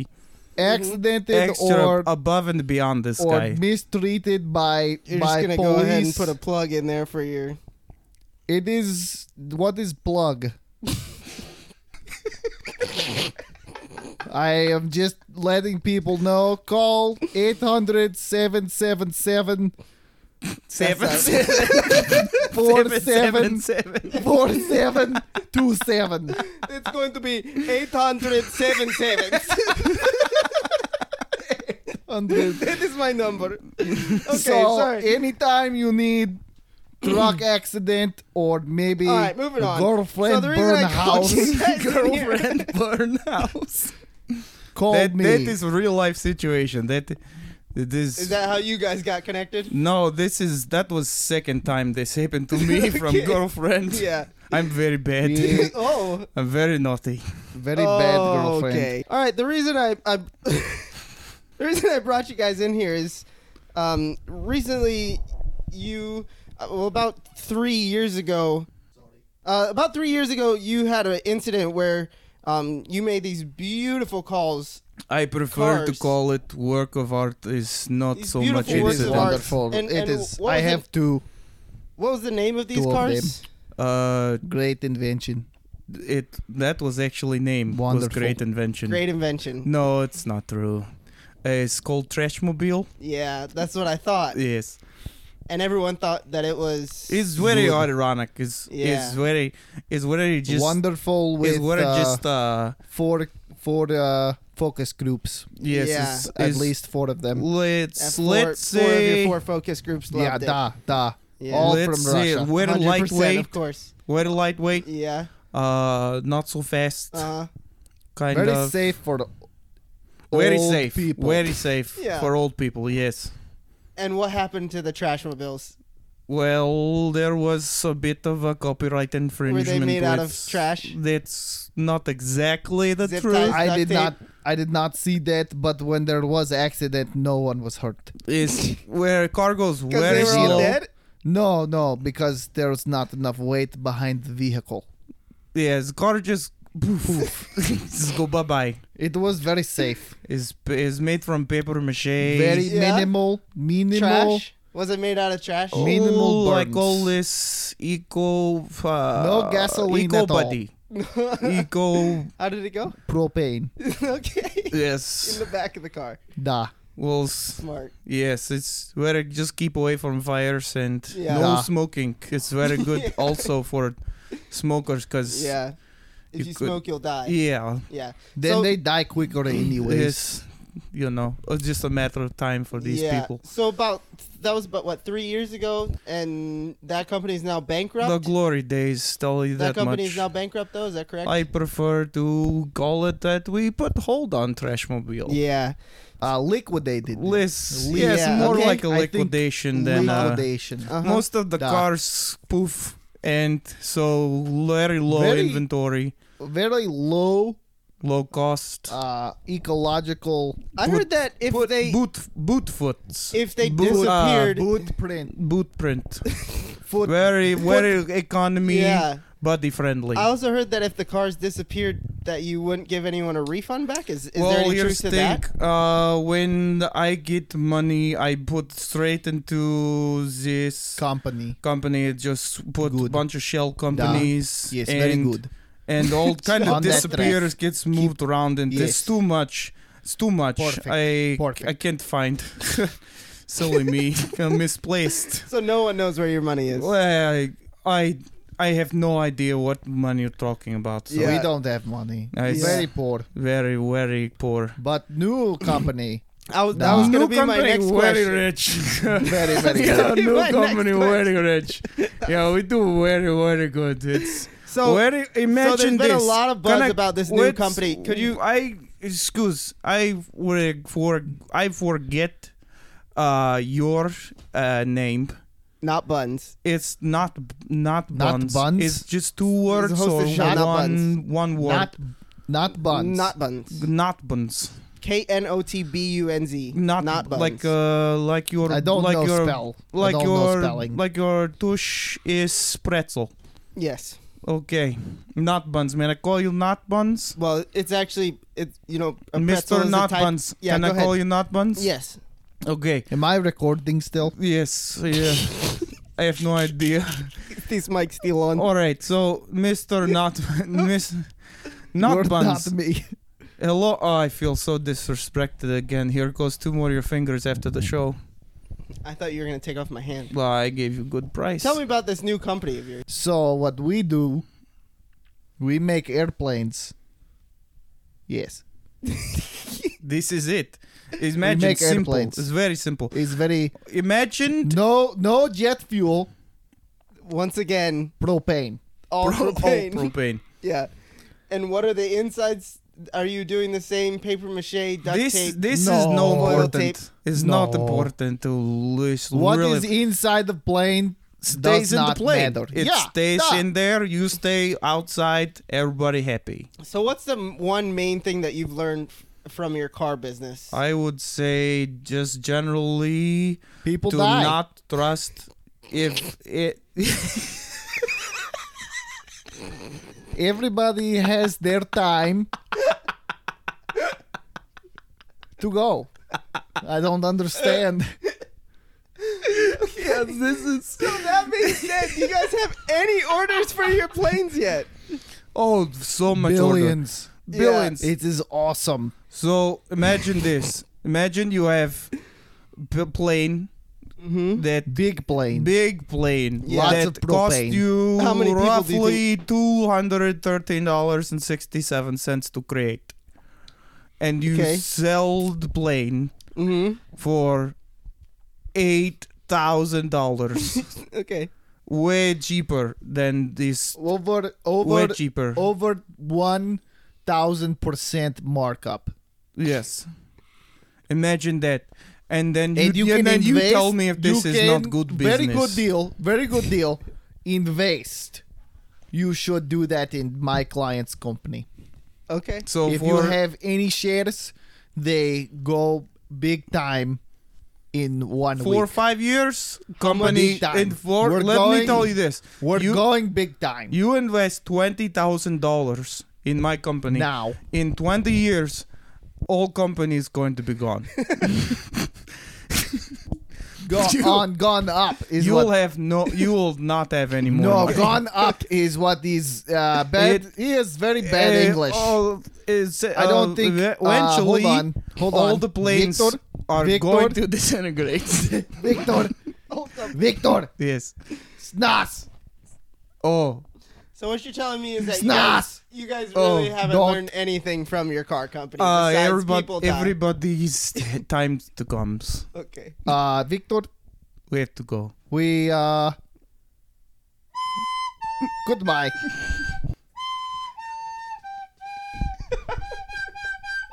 Accidented
Mm-hmm. Extra
or
above and beyond this
or
guy.
mistreated by
You're just
by
gonna
police.
go ahead and put a plug in there for your.
It is what is plug. I am just letting people know. Call 800 777
Seven,
That's
seven,
four
seven, seven,
seven
seven.
four seven two seven.
It's going to be 877.
Hundred.
that is my number. Okay,
so
sorry.
anytime you need truck accident or maybe
All right, moving on.
girlfriend
so the reason
burn
I called
house,
you guys in here-
Girlfriend burn house.
call
That,
me.
that is real life situation. That this
Is that how you guys got connected?
no, this is that was second time this happened to me from
Okay.
girlfriend.
Yeah.
I'm very bad.
Yeah.
Oh.
I'm very naughty.
Very bad
Oh,
girlfriend.
Okay. All right. The reason I, I the reason I brought you guys in here is, um, recently, you, uh, well, about three years ago, uh, about three years ago, you had an incident where, um, you made these beautiful calls,
I prefer to
Cars.
call it work of art is not
These
so much
beautiful
It
works
is
of
incident.
art.
wonderful.
And-
it
and
is.
what
I
was
have to.
What was the name of these
Two of
cars?
Uh,
Great invention.
it that was actually named was
Wonderful.
great invention.
Great invention.
No, it's not true. Uh, it's called Trashmobile.
Yeah, that's what I thought.
Yes,
And everyone thought that it was.
it's very
Good.
ironic. It's
Yeah.
it's very it's very just
wonderful
it's
with
very
uh,
just uh
four four uh, focus groups.
yes
Yeah.
it's,
At
it's-
least four of them.
uh,
let's
four,
let's
four of
say
your four focus groups
Yeah,
loved it.
da da.
Yeah.
All
Let's
from
say
Russia.
we're
100%,
lightweight
of course.
very lightweight
Yeah.
uh not so fast
Uh,
kind
Very
of
safe for the
very
old
safe
people.
very safe
Yeah.
for old people yes
and what happened to the trash mobiles?
well there was a bit of a copyright infringement
made out
with-
of trash?
that's not exactly the
Zip
truth
ties?
I
duct
did
tape.
not. I did not see that, but when there was accident, no one was hurt.
is where cargo's
Because
very
they were all
slow
dead.
No, no, because there's not enough weight behind the vehicle.
yes car just poof, just go bye bye
It was very safe,
is is made from paper mache
very
Yeah.
minimal, minimal.
Trash. Was it made out of trash?
Oh. minimal
Ooh, like
burdens.
all this eco uh,
No gasoline
eco
at all.
buddy eco
How did it go?
Propane,
okay. In
yes
the back of the car.
da.
well s-
Smart.
yes it's very just keep away from fires and
Yeah.
no
Yeah.
smoking it's very good
Yeah.
also for smokers because
Yeah. If you,
You could-
smoke, you'll die. Yeah.
yeah
Then
So-
they die quicker anyways.
it's you know it's just a matter of time for these
Yeah.
people
So about that was about what three years ago, and that company is now bankrupt.
the glory days tell you
that
that,
company
much
is now bankrupt, though. Is that correct?
I prefer to call it that way, but hold on, Trashmobile.
yeah.
Uh, liquidated.
Less,
Li-
yes,
yeah,
more
okay.
like a
I think
liquidation than uh,
liquidation.
Uh-huh.
most of the
Da.
cars poof and so very low
Very-
inventory,
very low
low cost.
uh, ecological
I heard that if
boot,
they
boot boot foots.
if they
boot,
disappeared,
uh,
footprint.
boot print.
Foot.
very very economy
yeah.
body friendly.
I also heard that if the cars disappeared, that you wouldn't give anyone a refund back. Is, is
well,
there any
here's the
truth to
thing.
that?
Uh, when I get money, I put straight into this
company.
company. Just put a
Good.
bunch of shell companies.
Yes,
and
very good.
and all kind of
On that
disappears, gets moved around, and it's
Yes.
too much. It's too much.
Perfect.
I
Perfect.
I can't find. Silly me, I'm misplaced.
So no one knows where your money is.
Well, I, I I have no idea what money you're talking about. So
Yeah.
We don't have money.
I
Yeah.
Very poor.
very very poor.
But new company.
I was, that
Nah.
was going
New
to be my
company,
next
very
question.
rich.
very, very
yeah,
good.
be
new
my next
company, very rich. Yeah, we do very very good. It's
So
very imagine
so there's been
this.
a lot of buzz
Can I-
about this new
What's-
company. Could you?
I excuse. I for, for I forget uh, your uh, name.
Not buns.
It's not not buns.
Not buns?
It's just two words
host
or
of Shot
one
Not
one, word.
Not, not buns.
Not buns.
not buns.
K N O T B U N Z.
Not,
not buns.
like uh, like your
I don't
like
know
your
spell.
like
I don't
your
know spelling.
like your tush is pretzel.
yes.
Okay, not buns, man. I call you not buns,
Well, it's actually it's you know a pretzel
Mister
is a
Not
type-
Buns.
Yeah,
Can
go
I
ahead.
call you not buns?
Yes.
Okay.
Am I recording still?
Yes, yeah. I have no idea.
These mics still
Oh.
on.
All right, so Mr. Not Miss Not
You're
Buns.
Not me.
Hello. Oh, I feel so disrespected again. Here goes two more of your fingers after the show.
I thought you were gonna take off my hand.
Well, I gave you good price.
Tell me about this new company of yours.
So what we do, we make airplanes. Yes,
This is it. Imagine
make
simple.
airplanes.
It's very simple.
it's very
Imagine
no no jet fuel,
Once again,
propane.
all
pro-
propane.
Oh, propane.
yeah. And what are the insides? Are you doing the same paper mache duct
this
tape?
this is
No.
no
Oil
important. It's not
No.
important to lose.
What is
really
inside the plane
stays
does
in the
not
plane.
matter.
It
yeah,
stays
duh.
in there. You stay outside. Everybody happy.
So what's the m- one main thing that you've learned f- from your car business?
I would say just generally
People
to
die.
not trust if it.
Everybody has their time to go. I don't understand.
yes, this is.
that means that you guys have any orders for your planes yet?
Oh, so much order.
Billions.
Billions.
It is awesome.
So imagine this. Imagine you have p- plane
Mm-hmm.
that
Big plane.
big plane
Yeah.
that
Lots of
cost
propane.
you
How many people do you
roughly two hundred thirteen dollars and sixty seven cents to create, and you
Okay.
sell the plane
Mm-hmm.
for eight thousand dollars,
Okay.
way cheaper than this,
over
way
over
cheaper.
over one thousand percent markup.
Yes, imagine that. And then you,
and you
and
can
then you
invest,
tell me if this
you
is
can-
not good business.
Very good deal. Very good deal. Invest. You should do that in my client's company.
Okay.
So
if you
for
have any shares, they go big time in one
four or
week.
five years,
many
company
times?
in four.
We're
let me
going-
tell you this:
We're
you,
going big time
You invest twenty thousand dollars in my company.
now.
In twenty years, all company is going to be gone.
Go, on, gone up is
you'll
what.
have no. You will not have any more.
no,
money.
gone up is what is uh, bad.
It-
he is very bad
Uh,
English.
all is,
I don't
uh,
think.
eventually
uh, hold on, hold
all
on.
the planes
Victor,
are
Victor?
going to disintegrate.
Victor, Victor,
yes.
Snas,
Oh,
So what you're telling me is that you
Snas.
guys, you guys
Oh,
really haven't
don't.
learned anything from your car company
uh,
besides
everybody,
people die.
everybody's time to comes.
Okay.
Uh, Victor,
We have to go.
we uh, goodbye.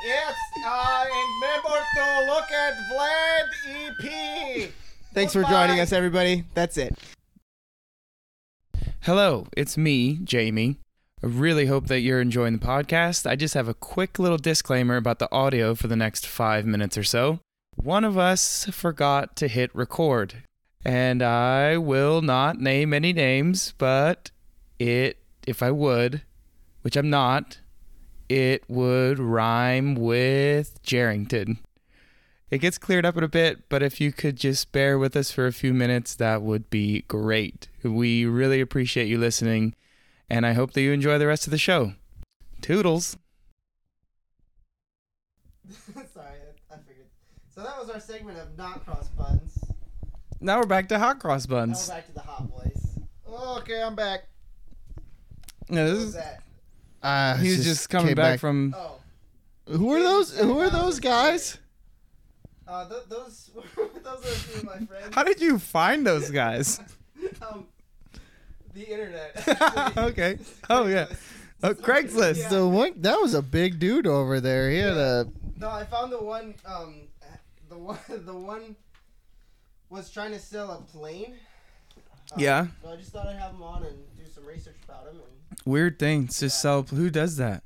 Yes, uh, and remember to look at E Vlad EP. Thanks for joining
Uh,
us, everybody. That's it.
Hello, it's me, Jamie. I really hope that you're enjoying the podcast. I just have a quick little disclaimer about the audio for the next five minutes or so. One of us forgot to hit record, and I will not name any names, but it, if I would, which I'm not, it would rhyme with Jarrington. It gets cleared up in a bit, but if you could just bear with us for a few minutes, that would be great. We really appreciate you listening, and I hope that you enjoy the rest of the show. Toodles.
Sorry, I, I figured. So that was our segment of not cross buns.
Now we're back to hot cross
Now
buns.
we're back to the hot boys.
Okay, I'm back.
No,
What
this
was
is,
that?
Uh,
he was Ah, just, coming
came
back, from.
Oh,
Who are those? Who are those guys?
uh, th- those were those are a few of my friends.
How did you find those guys?
Um, the internet. actually.
okay. Oh yeah.
Uh,
Oh, Craigslist.
Yeah.
The one that was a big dude over there. He had a
No, I found the one. Um, the one. The one was trying to sell a plane. Um,
Yeah.
So I just thought I'd have him on and do some research about him. And,
Weird things to sell. Who does that?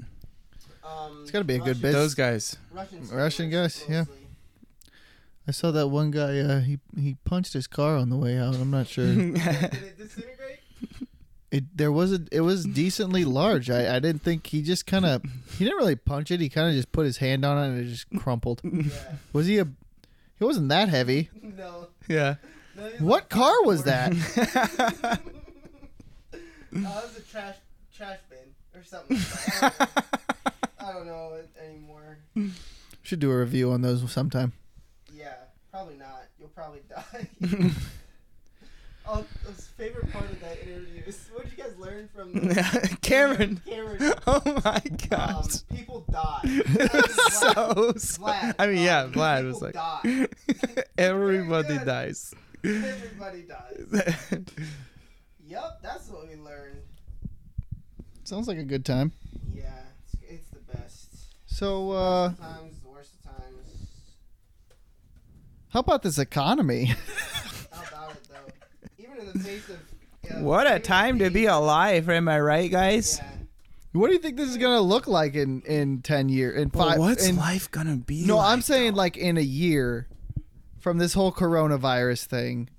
um,
It's gotta be a good
Russian-
business.
Those guys.
Russian,
Russian
speakers
guys, yeah.
mostly.
I saw that one guy. Uh, he he punched his car on the way out. I'm not sure.
Did it disintegrate?
it there was a it was decently large. I, I didn't think he just kind of he didn't really punch it. He kind of just put his hand on it and it just crumpled.
Yeah.
Was he a? He wasn't that heavy.
No.
yeah.
no he's
What
like
car was
540.
that?
uh, it was a trash trash bin or something. Like that. I don't know. I don't don't know it anymore.
Should do a review on those sometime.
Yeah, probably not. You'll probably die. oh, the favorite part of that interview is what did you guys learn from the
Cameron.
Cameron?
Oh my
Um,
god.
people die.
so
Vlad.
I mean, yeah,
um,
Vlad
people
was like,
die.
everybody
Very good.
dies.
Everybody dies. Yep, that's what we learned.
Sounds like a good time.
Yeah, it's, it's the best.
So, uh,
Times the worst of times.
how about this economy?
How about it though? Even in the face of yeah,
what a
even
time to
in the-
be alive, am I right, guys?
Yeah.
what do you think this is gonna look like in in ten years? In
But
five?
what's
in,
life gonna be?
no,
like?
I'm saying like in a year from this whole coronavirus thing.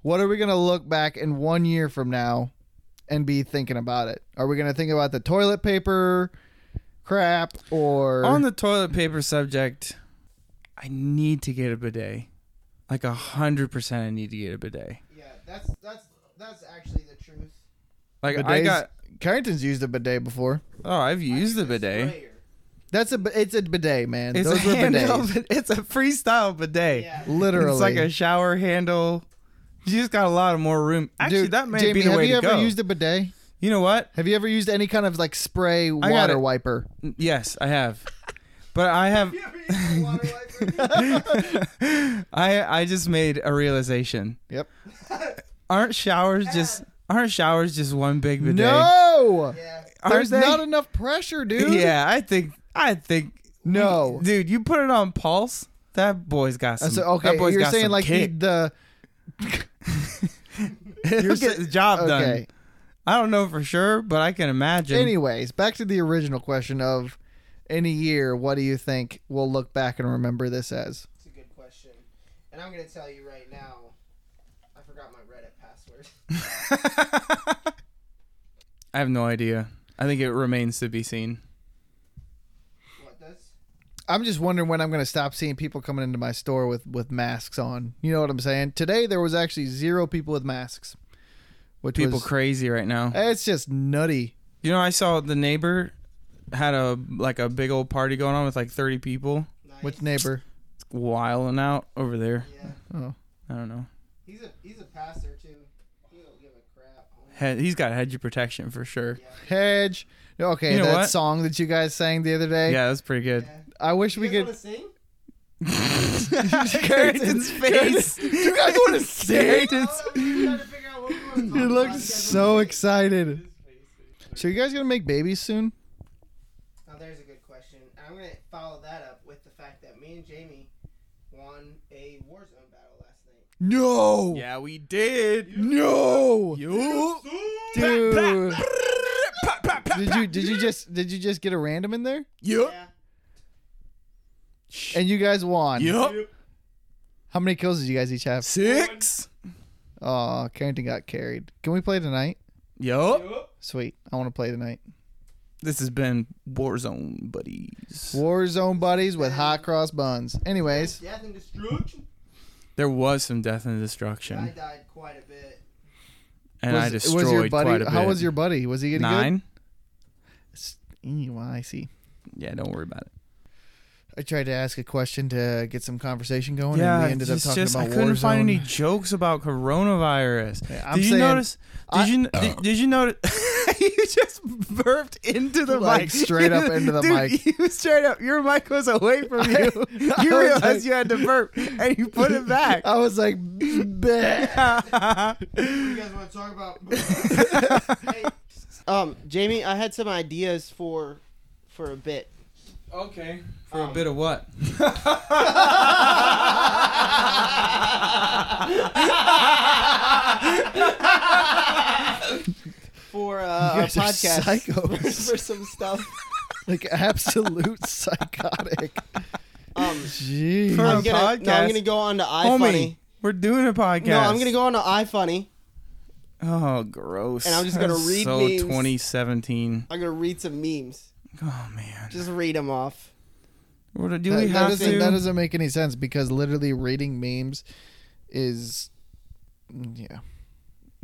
What are we gonna look back in one year from now and be thinking about it? Are we gonna think about the toilet paper crap or
on the toilet paper subject. I need to get a bidet. Like a hundred percent, I need to get a bidet.
Yeah, that's that's that's actually the truth.
Like I
Bidets?
got.
Carrington's used a bidet before.
Oh, I've used the
It's
bidet.
rare.
That's a it's a bidet, man.
It's
Those
a
were
handheld,
bidets.
bid- It's a freestyle bidet.
Yeah.
Literally,
It's like a shower handle. You just got a lot of more room. Actually,
Dude,
that may
Jamie,
be the
have
way
you
to
ever
go.
used a bidet?
you know what?
Have you ever used any kind of like spray
got
water
it.
wiper?
Yes, I have. But I have
You ever use the water wiper?
I I just made a realization.
Yep.
Aren't showers just aren't showers just one big bidet?
No,
yeah.
aren't
there's
they?
not enough pressure, dude.
Yeah, I think I think
No.
dude, you put it on pulse. That boy's got some.
So okay,
that boy's
you're
got
saying
some
like the,
kick.
the
he'll get the job done.
okay.
I don't know for sure, but I can imagine.
Anyways, back to the original question of in a year, what do you think we'll look back and remember this as?
It's a good question. And I'm gonna tell you right now, I forgot my Reddit password.
I have no idea. I think it remains to be seen.
What does?
I'm just wondering when I'm going to stop seeing people coming into my store with with masks on. You know what I'm saying? Today there was actually zero people with masks, which
People
was
crazy right now.
it's just nutty.
You know, I saw the neighbor had a like a big old party going on with like 30 people
Nice.
Which neighbor?
wilding out over there.
Yeah.
I don't know.
He's a he's a passer too. He don't give a crap.
He- He's got hedge protection for sure.
Hedge. No, Okay,
You know
that
what?
song that you guys sang the other day.
Yeah, that's pretty good.
Yeah.
I wish
You
we
guys
could.
wanna sing?
Carrington's face.
you guys want to sing?
Oh, I'm trying to figure out what we wanna talk
You
about.
looked
guys
so
wanna sing?
excited. So you guys gonna make babies soon?
Now there's a good question. And I'm gonna follow that up with the fact that me and Jamie won a Warzone battle last night.
No.
Yeah, we did.
No.
You.
Dude. Did you did you just did you just get a random in there?
Yup.
Yeah.
And you guys won.
Yup.
How many kills did you guys each have?
Six.
Oh, Carrington got carried. Can we play tonight?
Yup.
Sweet. I want to play tonight.
This has been Warzone Buddies.
Warzone buddies with hot cross buns. Anyways,
Death and destruction.
There was some death and
I
destruction,
died quite a bit.
and I
was,
destroyed
was your buddy?
quite a bit.
How was your buddy? Was he getting good?
nine?
Mm, well, I see.
Yeah, don't worry about it.
I tried to ask a question to get some conversation going, and we ended up
it's
talking
just- I
about
couldn't
Warzone.
find any jokes about coronavirus.
Yeah, I'm
did you
saying-
notice? Did
I-
you did, did you notice? you just burped into the
Like,
mic,
straight up into the
Dude,
mic.
You straight up. Your mic was away from you.
I
you
was
realized
like-
you had to burp, and you put it back.
I was like, "Bleh."
What do you guys want to talk about? hey,
Um, Jamie, I had some ideas for for a bit. Um,
okay, for a bit of what?
For
You
uh, a
guys are
podcast.
psychos.
for some stuff.
like absolute psychotic.
Um,
Jeez.
For a
I'm gonna, no, I'm
podcast?
gonna go on to
Homie,
iFunny.
we're doing a podcast.
No, I'm gonna go on to iFunny.
Oh, gross.
And I'm just gonna
That's
read
So
memes.
2017.
I'm gonna read some memes.
Oh man.
Just read them off.
What do
that,
we
that
have
doesn't,
to?
that doesn't make any sense because literally reading memes is, yeah.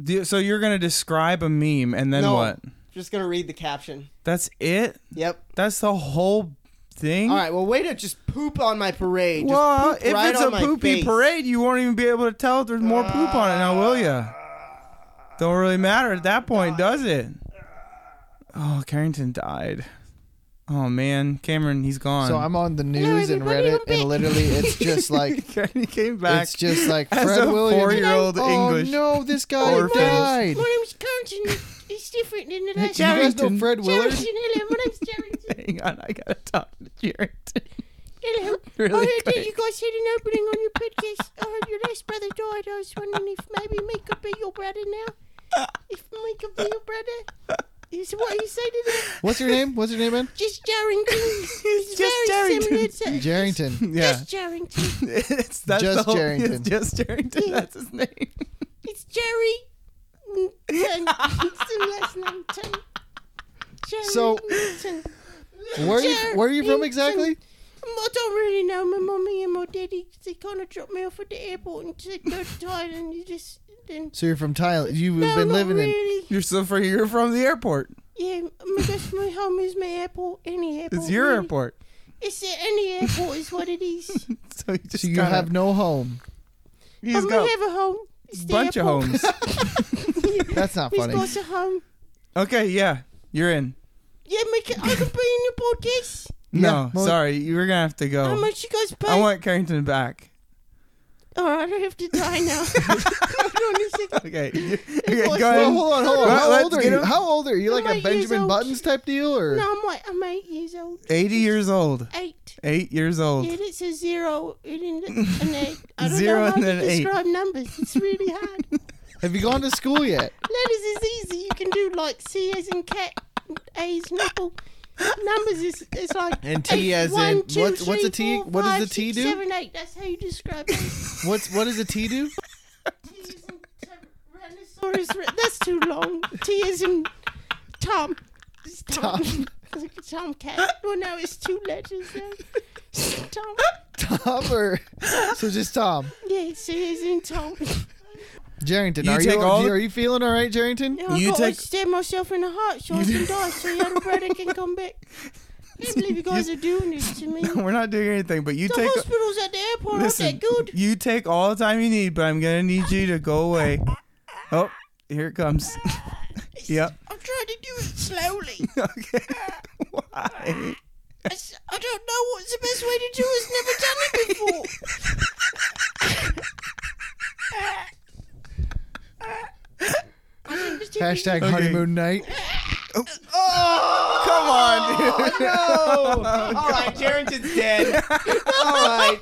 Do- so you're gonna describe a meme and then
No.
what?
Just gonna read the caption.
That's it.
Yep.
That's the whole thing.
All right. Well, way to just poop on my parade. Just
Well,
poop
if
right
it's
on
a
my
poopy
face.
parade, you won't even be able to tell if there's more poop on it now, will you? Don't really matter at that point, does it? Oh, Carrington died. Oh man, Cameron, he's gone.
So I'm on the news and Reddit, and literally it's just like
he came back.
it's just like
as
Fred
a
Williams.
four-year-old
oh
English
no, this guy
orphan.
died.
My name's Carrington. It's different than the
Hey,
last
do you guys know
Carrington.
Fred Willard?
Carrington, hello, my name's Carrington.
Hang on, I gotta talk to Carrington.
Hello.
Really
I heard that
quick.
you guys had an opening on your podcast. I heard your last brother died. I was wondering if maybe me could be your brother now. If me could be your brother. Is what you say to that?
What's your name? What's your name, man?
Just Jarrington. It's
just
very
Jarrington.
similar to
Jarrington.
Yeah,
Just Jarrington.
it's that's
Just
the whole,
Jarrington.
It's just Carrington. That's his name.
It's Jerry. Mm, and It's the last name too.
So-
Jarrington.
Where are you, where are you from exactly?
Um, I don't really know. My mummy and my daddy, they kind of dropped me off at the airport and said, go to Thailand. You just, then.
So you're from Thailand. You've
No,
been
not
living in.
really.
You're so fr- you're from the airport.
Yeah, I guess my home is my airport. Any airport.
It's your
Oh, really.
airport.
It's uh, any airport is what it is.
So you just
So you
gotta-
have no home.
he's
I'm
got
gonna have a home. It's
a
the
bunch of
airport.
homes.
That's not
He's
funny.
got a home.
okay, yeah, you're in.
Yeah, make it, I could be in the podcast.
No,
Yeah, well-
sorry, you were gonna have to
How
go.
much you guys pay?
Oh. I want Carrington back.
Oh, I don't have to die now. Hold on a second.
Okay, you- okay, go
Well,
ahead.
hold on, hold on.
Well,
How
let's
old are
get
you?
him-
How old are you? Like
I'm
a
eight years
Benjamin
old.
Buttons type deal, or
No, I'm like, I'm eight years old.
Eighty years old.
Eight.
Eight years
Yeah,
old.
that's a zero and an an eight. I don't
Zero
know how
and
to
an eight.
describe numbers. It's really hard.
have you gone to school yet?
Letters is easy. You can do like C as in cat, A as in apple. Numbers is it's like
And T
eight,
as
one,
in-
two,
what's- what's a T?
three, four,
What does
five,
the T
six,
do?
Seven, eight. That's how you describe it.
What's what does a T do?
T as in Tyrannosaurus. re- That's too long. T as in Tom. It's Tom. It's like a Tomcat. Well, no, it's two letters. Now. It's Tom.
Tom or so just Tom.
Yeah, C as in Tom.
Jarrington,
You
are
take
you
all the-
are you feeling all right, Jarrington?
Now
You
I've got
take-
to stab myself in the heart so I can die so the other brother can come back. I can't believe you guys are doing this to me.
We're not doing anything, but you
The
take
hospitals at the airport
listen.
aren't that good.
You take all the time you need, but I'm gonna need you to go away. Oh, here it comes. yep.
I'm trying to do it slowly.
Okay. Why?
It's- I don't know what's the best way to do it. It's never done it before. I don't understand.
Hashtag honeymoon night.
Come
Oh,
on, dude.
Oh,
All right, Jarrington's dead. All right.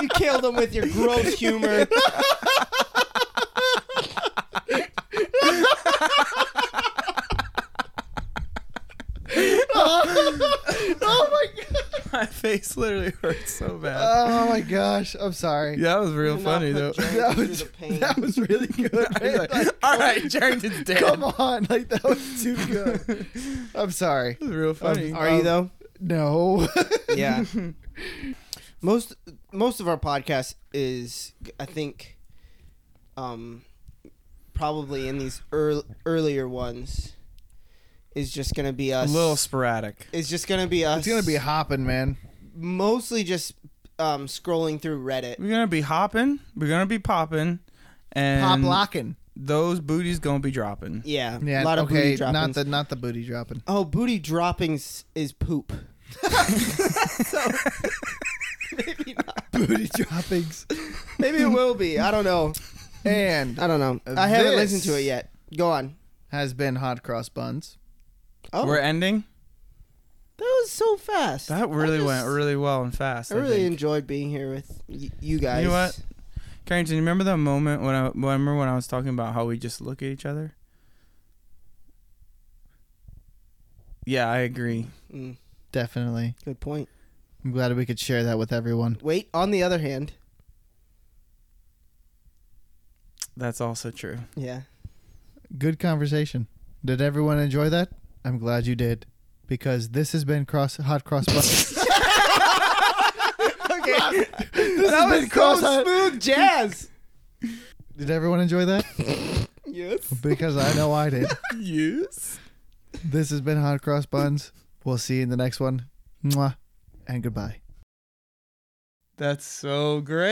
You killed him with your gross humor.
Oh
My face literally hurts so bad.
Oh my gosh, I'm sorry.
that was real funny though.
That was that was really good. man. Like,
all right, Jarrington's dead.
come on, like that was too good. I'm sorry.
That was real funny.
Are you though?
No.
Yeah. most most of our podcast is, I think, um, probably in these earl earlier ones, is just gonna be
a
us.
little sporadic.
It's just gonna be us.
it's gonna be hopping, man.
mostly just um, scrolling through Reddit.
We're gonna be hopping. We're gonna be popping,
Pop
and
locking.
those booties gonna be dropping.
Yeah,
Yeah.
a lot of
okay.
booty droppings.
not the not the booty dropping.
oh, booty droppings is poop.
booty droppings.
Maybe it will be. I don't know.
And
I don't know.
Uh,
I haven't
this-
listened to it yet. Go on.
has been hot cross buns.
Oh,
We're ending.
that was so fast.
That really
I just-
went really well and fast.
I
I
really
think.
enjoyed being here with y- you guys.
You know what? Carrington, you remember that moment when I remember when I was talking about how we just look at each other? Yeah, I agree.
Definitely.
Good point.
I'm glad we could share that with everyone.
Wait. On the other hand,
That's also true.
yeah.
Good conversation. Did everyone enjoy that? I'm glad you did. Because this has been cross hot cross buns.
Okay.
This has been cross-
smooth jazz.
Did everyone enjoy that?
Yes.
because I know I did.
Yes.
This has been Hot Cross Buns. We'll see you in the next one. Mwah. And goodbye.
That's so great.